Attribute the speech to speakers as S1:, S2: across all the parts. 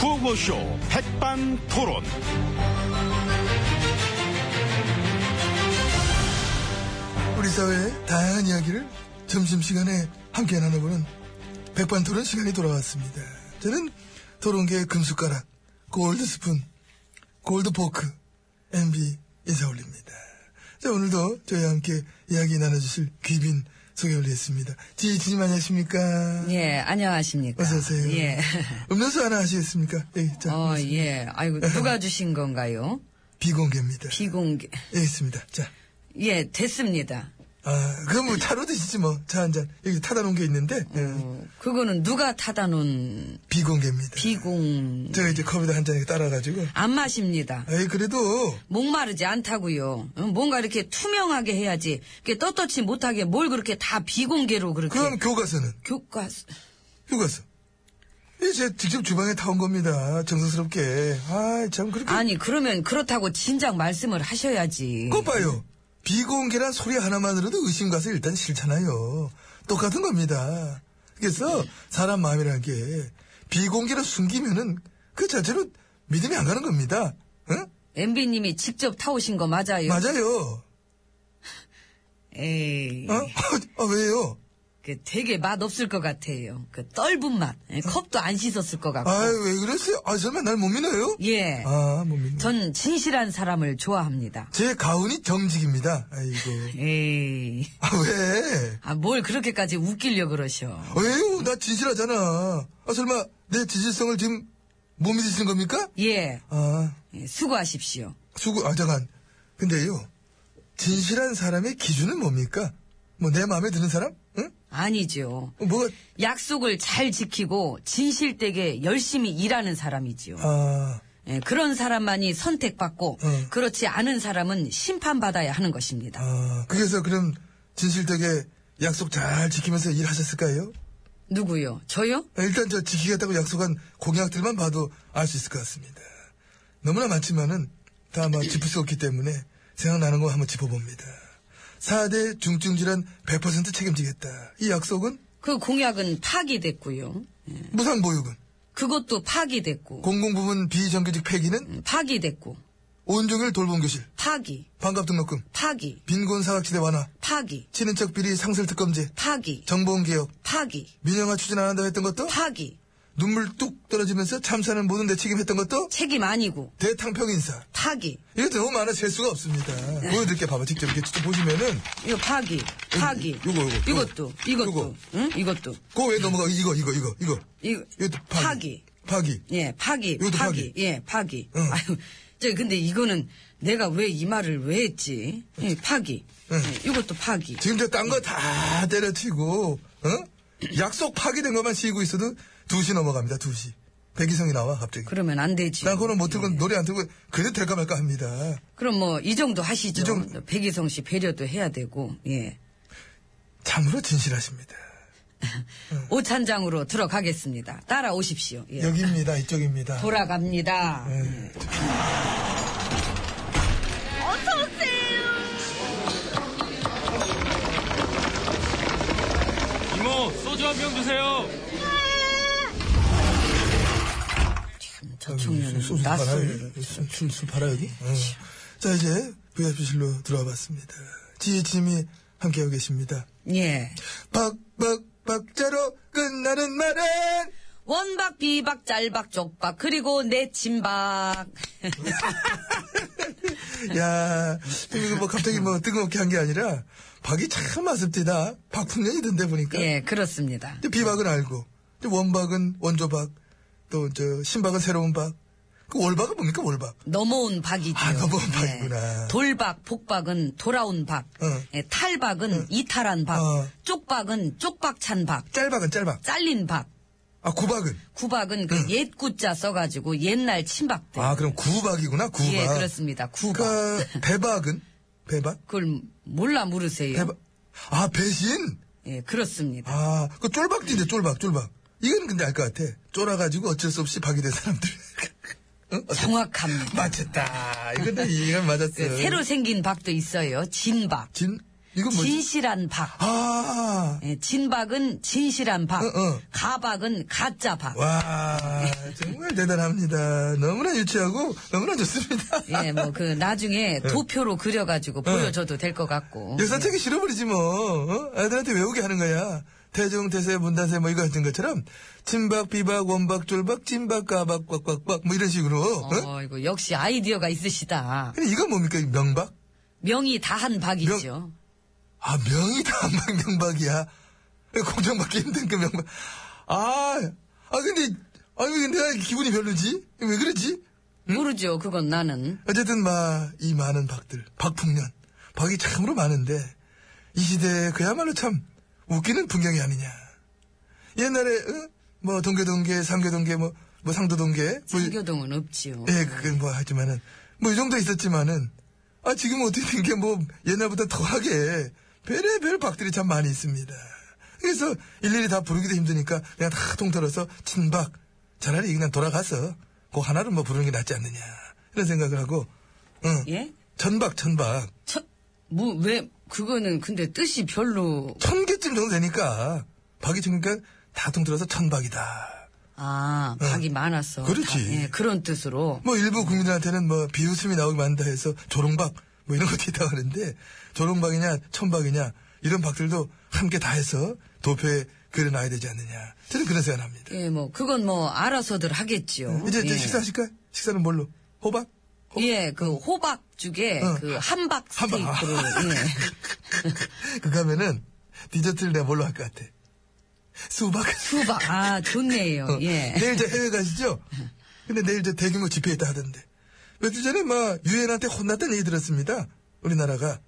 S1: 구호쇼 백반 토론.
S2: 우리 사회의 다양한 이야기를 점심시간에 함께 나눠보는 백반토론 시간이 돌아왔습니다. 저는 토론계의 금숟가락, 골드스푼, 골드포크, MB 인사올립니다. 자, 오늘도 저희와 함께 이야기 나눠주실 귀빈 소개 올리겠습니다. 지혜진님 안녕하십니까?
S3: 예, 안녕하십니까.
S2: 어서오세요.
S3: 예.
S2: 음료수 하나 하시겠습니까? 예, 자,
S3: 어, 예. 아이고, 누가 주신 건가요?
S2: 비공개입니다.
S3: 비공개.
S2: 예, 있습니다. 자,
S3: 예, 됐습니다.
S2: 아, 그럼 뭐 타로 드시지 뭐. 차 한 잔. 여기 타다 놓은 게 있는데, 예,
S3: 어, 그거는 누가 타다 놓은
S2: 비공개입니다.
S3: 비공.
S2: 제가 이제 컵에다 한 잔 따라가지고.
S3: 안 마십니다.
S2: 에이, 그래도,
S3: 목마르지 않다고요. 어, 뭔가 이렇게 투명하게 해야지. 이렇게 떳떳이 못하게 뭘 그렇게 다 비공개로 그렇게.
S2: 그럼 교과서는?
S3: 교과서.
S2: 교과서. 이 제가 직접 주방에 타온 겁니다. 정성스럽게. 아, 참, 그렇게.
S3: 아니, 그러면 그렇다고 진작 말씀을 하셔야지.
S2: 그거 봐요. 비공개란 소리 하나만으로도 의심가서 일단 싫잖아요. 똑같은 겁니다. 그래서,
S3: 네.
S2: 사람 마음이라는 게, 비공개로 숨기면은, 그 자체로 믿음이 안 가는 겁니다. 응?
S3: MB님이 직접 타오신 거 맞아요?
S2: 맞아요.
S3: 에이. 예.
S2: 어? 아, 왜요?
S3: 그 되게 맛 없을 것 같아요. 그 떫은 맛. 예, 컵도 안 씻었을 것 같고.
S2: 음. 아유, 왜 그러세요? 아, 설마 날 못 믿어요?
S3: 예.
S2: 아, 못 믿네.
S3: 전 진실한 사람을 좋아합니다.
S2: 제 가훈이 정직입니다. 아이고.
S3: 에이.
S2: 아, 왜?
S3: 아, 뭘 그렇게까지 웃기려 그러셔.
S2: 왜요? 나 진실하잖아. 아, 설마 내 진실성을 지금 못 믿으시는 겁니까?
S3: 예.
S2: 아,
S3: 예, 수고하십시오.
S2: 수고, 아, 잠깐. 근데요. 진실한 사람의 기준은 뭡니까? 뭐, 내 마음에 드는 사람? 응?
S3: 아니죠.
S2: 어, 뭐가,
S3: 약속을 잘 지키고 진실되게 열심히 일하는 사람이지요.
S2: 아,
S3: 예, 그런 사람만이 선택받고
S2: 어.
S3: 그렇지 않은 사람은 심판받아야 하는 것입니다.
S2: 아, 그래서 그럼 진실되게 약속 잘 지키면서 일하셨을까요?
S3: 누구요? 저요?
S2: 일단 저 지키겠다고 약속한 공약들만 봐도 알 수 있을 것 같습니다. 너무나 많지만은 다 뭐 짚을 수 없기 때문에 생각나는 거 한번 짚어봅니다. 4대 중증질환 100% 책임지겠다. 이 약속은
S3: 그 공약은 파기됐고요. 예,
S2: 무상보육은
S3: 그것도 파기됐고.
S2: 공공부문 비정규직 폐기는
S3: 파기됐고
S2: 온종일 돌봄 교실
S3: 파기
S2: 반값등록금
S3: 파기
S2: 빈곤 사각지대 완화
S3: 파기
S2: 친인척 비리 상설 특검제
S3: 파기
S2: 정보원 개혁
S3: 파기
S2: 민영화 추진 안 한다고 했던 것도
S3: 파기
S2: 눈물 뚝 떨어지면서 참사는 모든 데 책임했던 것도
S3: 책임 아니고
S2: 대탕평 인사
S3: 파기
S2: 이것도 너무 많아 셀 수가 없습니다.
S3: 네.
S2: 보여드릴게요. 봐봐. 직접 이렇게 직접 보시면은,
S3: 이거 파기 파기
S2: 요거, 요거, 요거.
S3: 이것도 이것도
S2: 요거.
S3: 응 이것도
S2: 그거 왜 넘어가? 이거, 이거, 이거, 이거.
S3: 이거
S2: 이것도 파기.
S3: 파기.
S2: 파기.
S3: 예 파기
S2: 요것도 파기.
S3: 예 파기
S2: 응.
S3: 아유 저 근데 이거는 내가 왜 이 말을 왜 했지 예, 파기
S2: 응.
S3: 예, 이것도 파기
S2: 지금 저 딴 거 다 때려치고, 어? 약속 파기된 것만 씌우고 있어도 2시 넘어갑니다. 2시. 백이성이 나와, 갑자기.
S3: 그러면 안 되지 예. 네.
S2: 난뭐 그거는 못 들고, 노래 안 들고, 그래도 될까 말까 합니다.
S3: 그럼 뭐 이 정도 하시죠
S2: 이 정도.
S3: 백이성 씨 배려도 해야 되고 예
S2: 참으로 진실하십니다.
S3: 오찬장으로 들어가겠습니다 따라오십시오 예.
S2: 여기입니다. 이쪽입니다.
S3: 돌아갑니다.
S2: 예.
S1: 이모 소주 한 병 주세요.
S2: 음,
S3: 저 청년은
S2: 술
S3: 낯설.
S2: 팔아요? 음, 술, 술, 술 팔아,
S3: 네.
S2: 여기? 어. 자, 이제 VIP실로 들어와 봤습니다. 지혜진님이 함께하고 계십니다.
S3: 예.
S2: 박박박자로 끝나는 말은
S3: 원박, 비박, 짤박, 족박, 그리고 내 침박.
S2: 야 이거 뭐 갑자기 뭐 뜬금없게 한 게 아니라 박이 참 맞습니다 박풍년이던데 보니까
S3: 예, 그렇습니다.
S2: 근데 비박은 알고 근데 원박은 원조박 또 저 신박은 새로운 박그 월박은 뭡니까 월박
S3: 넘어온 박이죠.
S2: 아, 넘어온 박이구나.
S3: 돌박, 복박은 돌아온 박.
S2: 어.
S3: 예, 탈박은 이탈한 박.
S2: 어.
S3: 쪽박은 쪽박찬 박.
S2: 짤박은 짤박
S3: 잘린 박.
S2: 아 구박은
S3: 구박은 그 옛구자 써가지고 옛날 친박들.
S2: 아 그럼 구박이구나 구박
S3: 네. 예, 그렇습니다. 구박.
S2: 그러니까 배박은 배박
S3: 그걸 몰라 물으세요.
S2: 배박 아 배신
S3: 예, 그렇습니다.
S2: 아, 그 쫄박띠인데, 쫄박, 쫄박. 이건 근데 알 것 같아. 쫄아가지고 어쩔 수 없이 박이 된 사람들. 응? 어때?
S3: 정확합니다.
S2: 맞췄다. 이건 이건 맞았어.
S3: 그 새로 생긴 박도 있어요. 진박.
S2: 진 이건 그 뭐지?
S3: 진실한 박.
S2: 아,
S3: 예, 진박은 진실한 박.
S2: 어, 어.
S3: 가박은 가짜 박.
S2: 와 정말 대단합니다. 너무나 유치하고 너무나 좋습니다.
S3: 예, 뭐, 그, 나중에
S2: 네.
S3: 도표로
S2: 어.
S3: 그려가지고 보여줘도 될 것 같고.
S2: 역사책이 실어버리지 뭐. 어? 아들한테 외우게 하는 거야. 태종, 태세, 문단세 뭐 이거 하는 것처럼 친박, 비박, 원박, 쫄박, 찐박, 가박, 꽉꽉꽉 뭐 이런 식으로. 어?
S3: 어, 이거 역시 아이디어가 있으시다.
S2: 근데 이건 뭡니까? 이 명박?
S3: 명이 다한 박이죠.
S2: 아 명이다 안박 명박이야. 공정받기 힘든 그 명박. 아, 아 근데 아니 왜 내가 기분이 별로지? 왜 그러지?
S3: 모르죠, 그건 나는.
S2: 어쨌든 막 이 많은 박들, 박풍년, 박이 참으로 많은데 이 시대에 그야말로 참 웃기는 풍경이 아니냐. 옛날에 어? 뭐 동계동계, 상계동계, 뭐, 뭐 상도동계, 뭐, 이-
S3: 사교동은 없지요.
S2: 예, 그건 뭐 하지만은 뭐 이 정도 있었지만은 아 지금 어떻게 된 게 뭐 옛날보다 더하게 별의별 박들이 참 많이 있습니다. 그래서 일일이 다 부르기도 힘드니까 그냥 다 통틀어서 친박 차라리 그냥 돌아가서 그 하나를 뭐 부르는 게 낫지 않느냐 이런 생각을 하고 응
S3: 예?
S2: 천박 천박
S3: 첫, 뭐, 왜, 그거는 근데 뜻이 별로.
S2: 천 개쯤 정도 되니까 박이 지금까 다 통틀어서 천박이다.
S3: 아, 박이 많았어.
S2: 예. 그렇지.
S3: 다, 예, 그런 뜻으로.
S2: 뭐 일부 국민들한테는 뭐 비웃음이 나오기 만다 해서 조롱박 뭐 이런 것도 있다고 하는데 조롱박이냐 천박이냐 이런 박들도 함께 다 해서 도표에 그려놔야 되지 않느냐 저는 그런 생각을 합니다
S3: 예, 뭐, 그건 뭐, 알아서들 하겠지요.
S2: 이제, 이제
S3: 예.
S2: 식사하실까요? 식사는 뭘로? 호박?
S3: 예, 그 호박죽에
S2: 어.
S3: 그 한박
S2: 한박.
S3: 스테이크로 예.
S2: 그거 하면은 디저트를 내가 뭘로 할 것 같아? 수박
S3: 수박. 아, 좋네요. 예.
S2: 어. 내일 저 해외 가시죠? 근데 내일 저 대규모 집회 있다 하던데. 며칠 전에 막 유엔한테 혼났다는 얘기 들었습니다. 우리나라가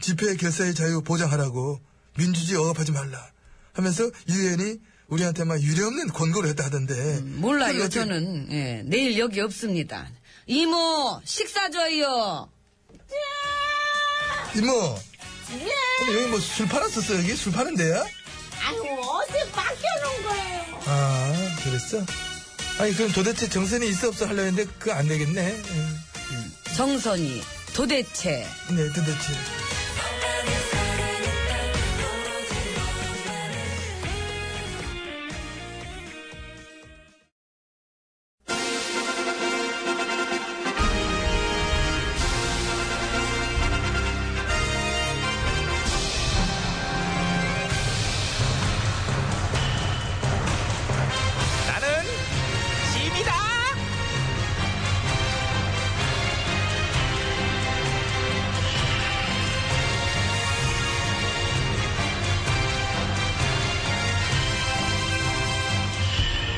S2: 집회 결사의 자유 보장하라고 민주주의 억압하지 말라 하면서 유엔이 우리한테 막 유례없는 권고를 했다 하던데.
S3: 음, 몰라요,
S2: 그래서
S3: 저는. 예, 내일 여기 없습니다. 이모, 식사 줘요.
S2: 이모. 근데 여기 뭐 술 팔았었어 여기 술 파는 데야?
S4: 아유 어제 맡겨놓은 거예요.
S2: 아 그랬어? 아니 그럼 도대체 정선이 있어 없어 하려 했는데 그거 안 되겠네. 응.
S3: 정선이, 도대체.
S2: 네 도대체.
S1: 나는 짐이다.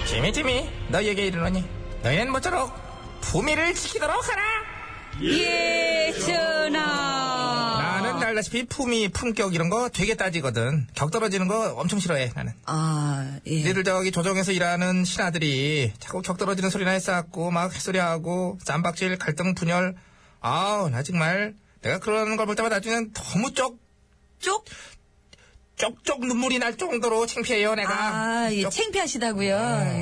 S5: 지미 지미 너희에게 이르노니 너희는 모쪼록 품위를 지키도록 하라
S3: 예, 전하.
S5: 나는 알다시피 품위 품격 이런 거 되게 따지거든 격 떨어지는 거 엄청 싫어해 나는
S3: 아, 예.
S5: 니들 저기 조정에서 일하는 신하들이 자꾸 격 떨어지는 소리나 했어갖고 막 햇소리하고 쌈박질 갈등 분열 아우 나 정말 내가 그러는 걸 볼 때마다 나중엔 너무 쪽
S3: 쪽?
S5: 쪽쪽 눈물이 날 정도로 창피해요 내가
S3: 아, 예.
S5: 쪽-
S3: 창피하시다고요.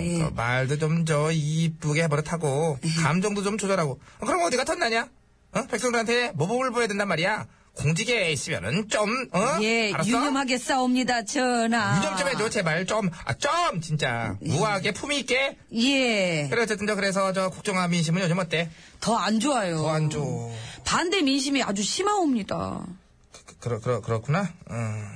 S3: 예.
S5: 그 말도 좀 저 이쁘게 해버릇하고 감정도 좀 조절하고 어, 그럼 어디가 덧나냐? 어? 백성들한테 모범을 보여야 된단 말이야 공직에 있으면은 좀 어?
S3: 예,
S5: 알았어?
S3: 유념하게 싸웁니다, 전하.
S5: 유념 좀 해줘 제발 좀아좀 진짜
S3: 음.
S5: 우아하게 품위 있게
S3: 예,
S5: 그래 어쨌든 저 그래서 저 국정화 민심은 요즘 어때?
S3: 더 안 좋아요.
S5: 더안 어? 좋-
S3: 반대 민심이 아주 심하옵니다.
S5: 그러 그러 그렇구나. 음.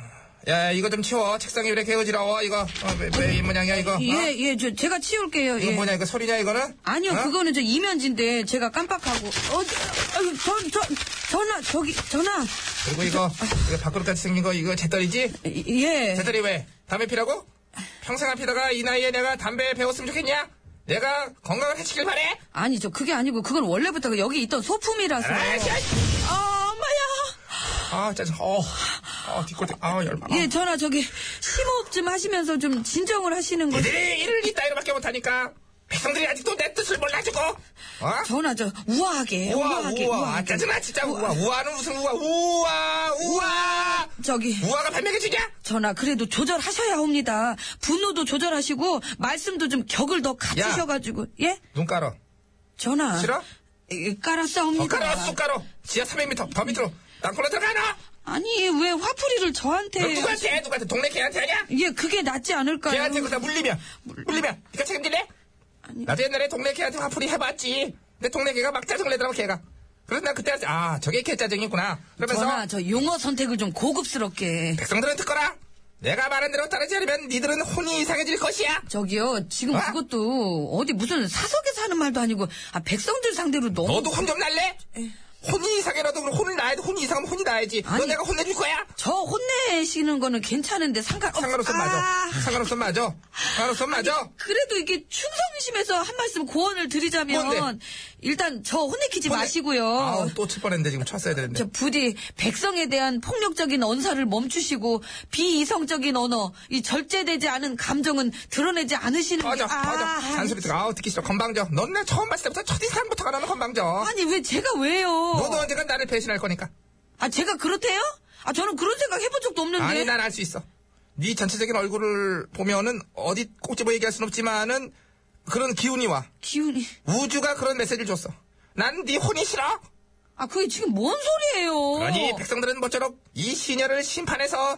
S5: 야 이거 좀 치워 책상이 왜 이렇게 게어지러워 이거 어, 왜, 왜 이모양이야 이거? 어?
S3: 예, 예, 저, 제가 치울게요,
S5: 이거
S3: 예.
S5: 뭐냐 이거 소리냐 이거는?
S3: 아니요,
S5: 어?
S3: 그거는 저 이면지인데, 제가 깜빡하고. 어, 저, 아유, 전, 전, 전화, 저기, 전화.
S5: 그리고 이거 이거 밖으로까지 생긴 거 이거 재떨이지?
S3: 예.
S5: 제들이 왜? 담배 피라고? 평생 안 피다가 이 나이에 내가 담배 배웠으면 좋겠냐? 내가 건강을 해치길 바래?
S3: 아니, 저 그게 아니고, 그건 원래부터 그 여기 있던 소품이라서.
S5: 아이씨, 아이씨.
S3: 아, 엄마야.
S5: 아, 짜증. 어, 어, 뒷골등. 아, 열받아.
S3: 예, 전화, 저기, 심호흡 좀 하시면서 좀 진정을 하시는 거.
S5: 이들이 일을 이따위로밖에 못하니까 백성들이 아직도 내 뜻을 몰라주고. 어?
S3: 전화, 저, 우아하게.
S5: 우와,
S3: 우아하게.
S5: 우와. 아,
S3: 우아하게.
S5: 짜증나, 진짜 우와. 우와는 무슨 우와. 우와, 우와.
S3: 저기.
S5: 우와가 발명해주냐?
S3: 전화 그래도 조절하셔야 합니다. 분노도 조절하시고 말씀도 좀 격을 더 갖추셔가지고 예?
S5: 눈 깔어.
S3: 전화.
S5: 싫어? 어,
S3: 이, 깔았사옵니다.
S5: 젓가락, 숟가락, 지하 300m, 더 밑으로. 땅굴로 들어가나?
S3: 아니, 왜 화풀이를 저한테.
S5: 누구한테 해? 누구한테? 동네 개한테 하냐?
S3: 예, 그게 낫지 않을까요?
S5: 걔한테 그다 물리면 물리면 네가 책임질래? 나도 옛날에 동네 걔한테 화풀이 해봤지. 근데 동네 걔가 막 짜증 내더라고 걔가. 그래서 나 그때 알았지. 아 저게 걔 짜증이구나. 그러면서
S3: 전화, 저 용어 선택을 좀 고급스럽게.
S5: 백성들은 듣거라. 내가 말한 대로 따르지 않으면 니들은 혼이 이상해질 것이야.
S3: 저기요, 지금
S5: 어?
S3: 그것도 어디 무슨 사석에서 하는 말도 아니고, 아, 백성들 상대로 너무.
S5: 너도 혼 좀 날래? 혼이 이상해라도 그럼 혼을 나야 돼. 혼이 이상하면 혼이 나야지. 너
S3: 아니.
S5: 내가 혼내줄 거야.
S3: 저 혼내시는 거는 괜찮은데 상관,
S5: 상관없어
S3: 아,
S5: 맞아. 상관없어 맞아. 상관없어 맞아.
S3: 그래도 이게 충성심에서 한 말씀 고언을 드리자면,
S5: 뭔데?
S3: 일단 저 혼내키지
S5: 혼내-
S3: 마시고요.
S5: 아우 또 칠 뻔했는데 지금 쳤어야 되는데.
S3: 저 부디 백성에 대한 폭력적인 언사를 멈추시고 비이성적인 언어, 이 절제되지 않은 감정은 드러내지 않으시는
S5: 터져
S3: 게- 아,
S5: 터져 잔소리 들어 아우 듣기 싫어 건방져 넌 내 처음 봤을 때부터 첫인상부터가 나는 건방져
S3: 아니 왜 제가 왜요?
S5: 너도 언젠간 나를 배신할 거니까
S3: 아 제가 그렇대요? 아 저는 그런 생각 해본 적도 없는데.
S5: 아니 난 알 수 있어 네 전체적인 얼굴을 보면은 어디 꼭 집어 얘기할 순 없지만은 그런 기운이 와
S3: 기운이.
S5: 우주가 그런 메시지를 줬어 난 네 혼이 싫어
S3: 아 그게 지금 뭔 소리예요?
S5: 그러니 백성들은 모쪼록 이 시녀를 심판해서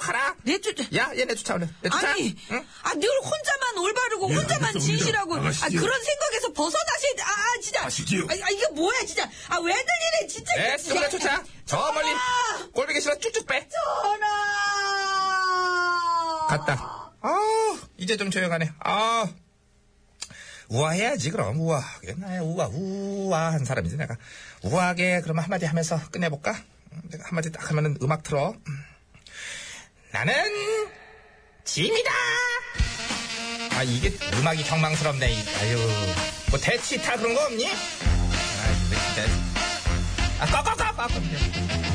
S5: 내쫓도록 하라
S3: 내 쫓.
S5: 야 얘 내쫓아 얼른 내쫓아
S3: 네. 아니,
S5: 응?
S3: 아 늘 혼자만 올바르고
S6: 예,
S3: 혼자만
S6: 알겠습니다.
S3: 진실하고, 아
S6: 나가시죠.
S3: 그런 생각에서 벗어나시, 아, 아 진짜,
S6: 가시지요.
S3: 아, 아, 이게 뭐야 진짜, 아 왜들 이래 진짜.
S5: 내 쏘고 네, 내쫓아 저 멀리 꼴보기 싫어 쭉쭉 빼
S4: 전화.
S5: 갔다. 아 이제 좀 조용하네. 아 우아해야지 그럼 우아. 옛날에 우아 우아한 사람이지 내가. 우아하게 그럼 한마디 하면서 끝내볼까? 음, 내가 한마디 딱 하면은 음악 틀어. 음. 나는 짐이다. 아 이게 음악이 경망스럽네. 이- 아유 뭐 대치 타 그런 거 없니? 아 이거 진짜. 아 꺾어 꺾어 꺾어.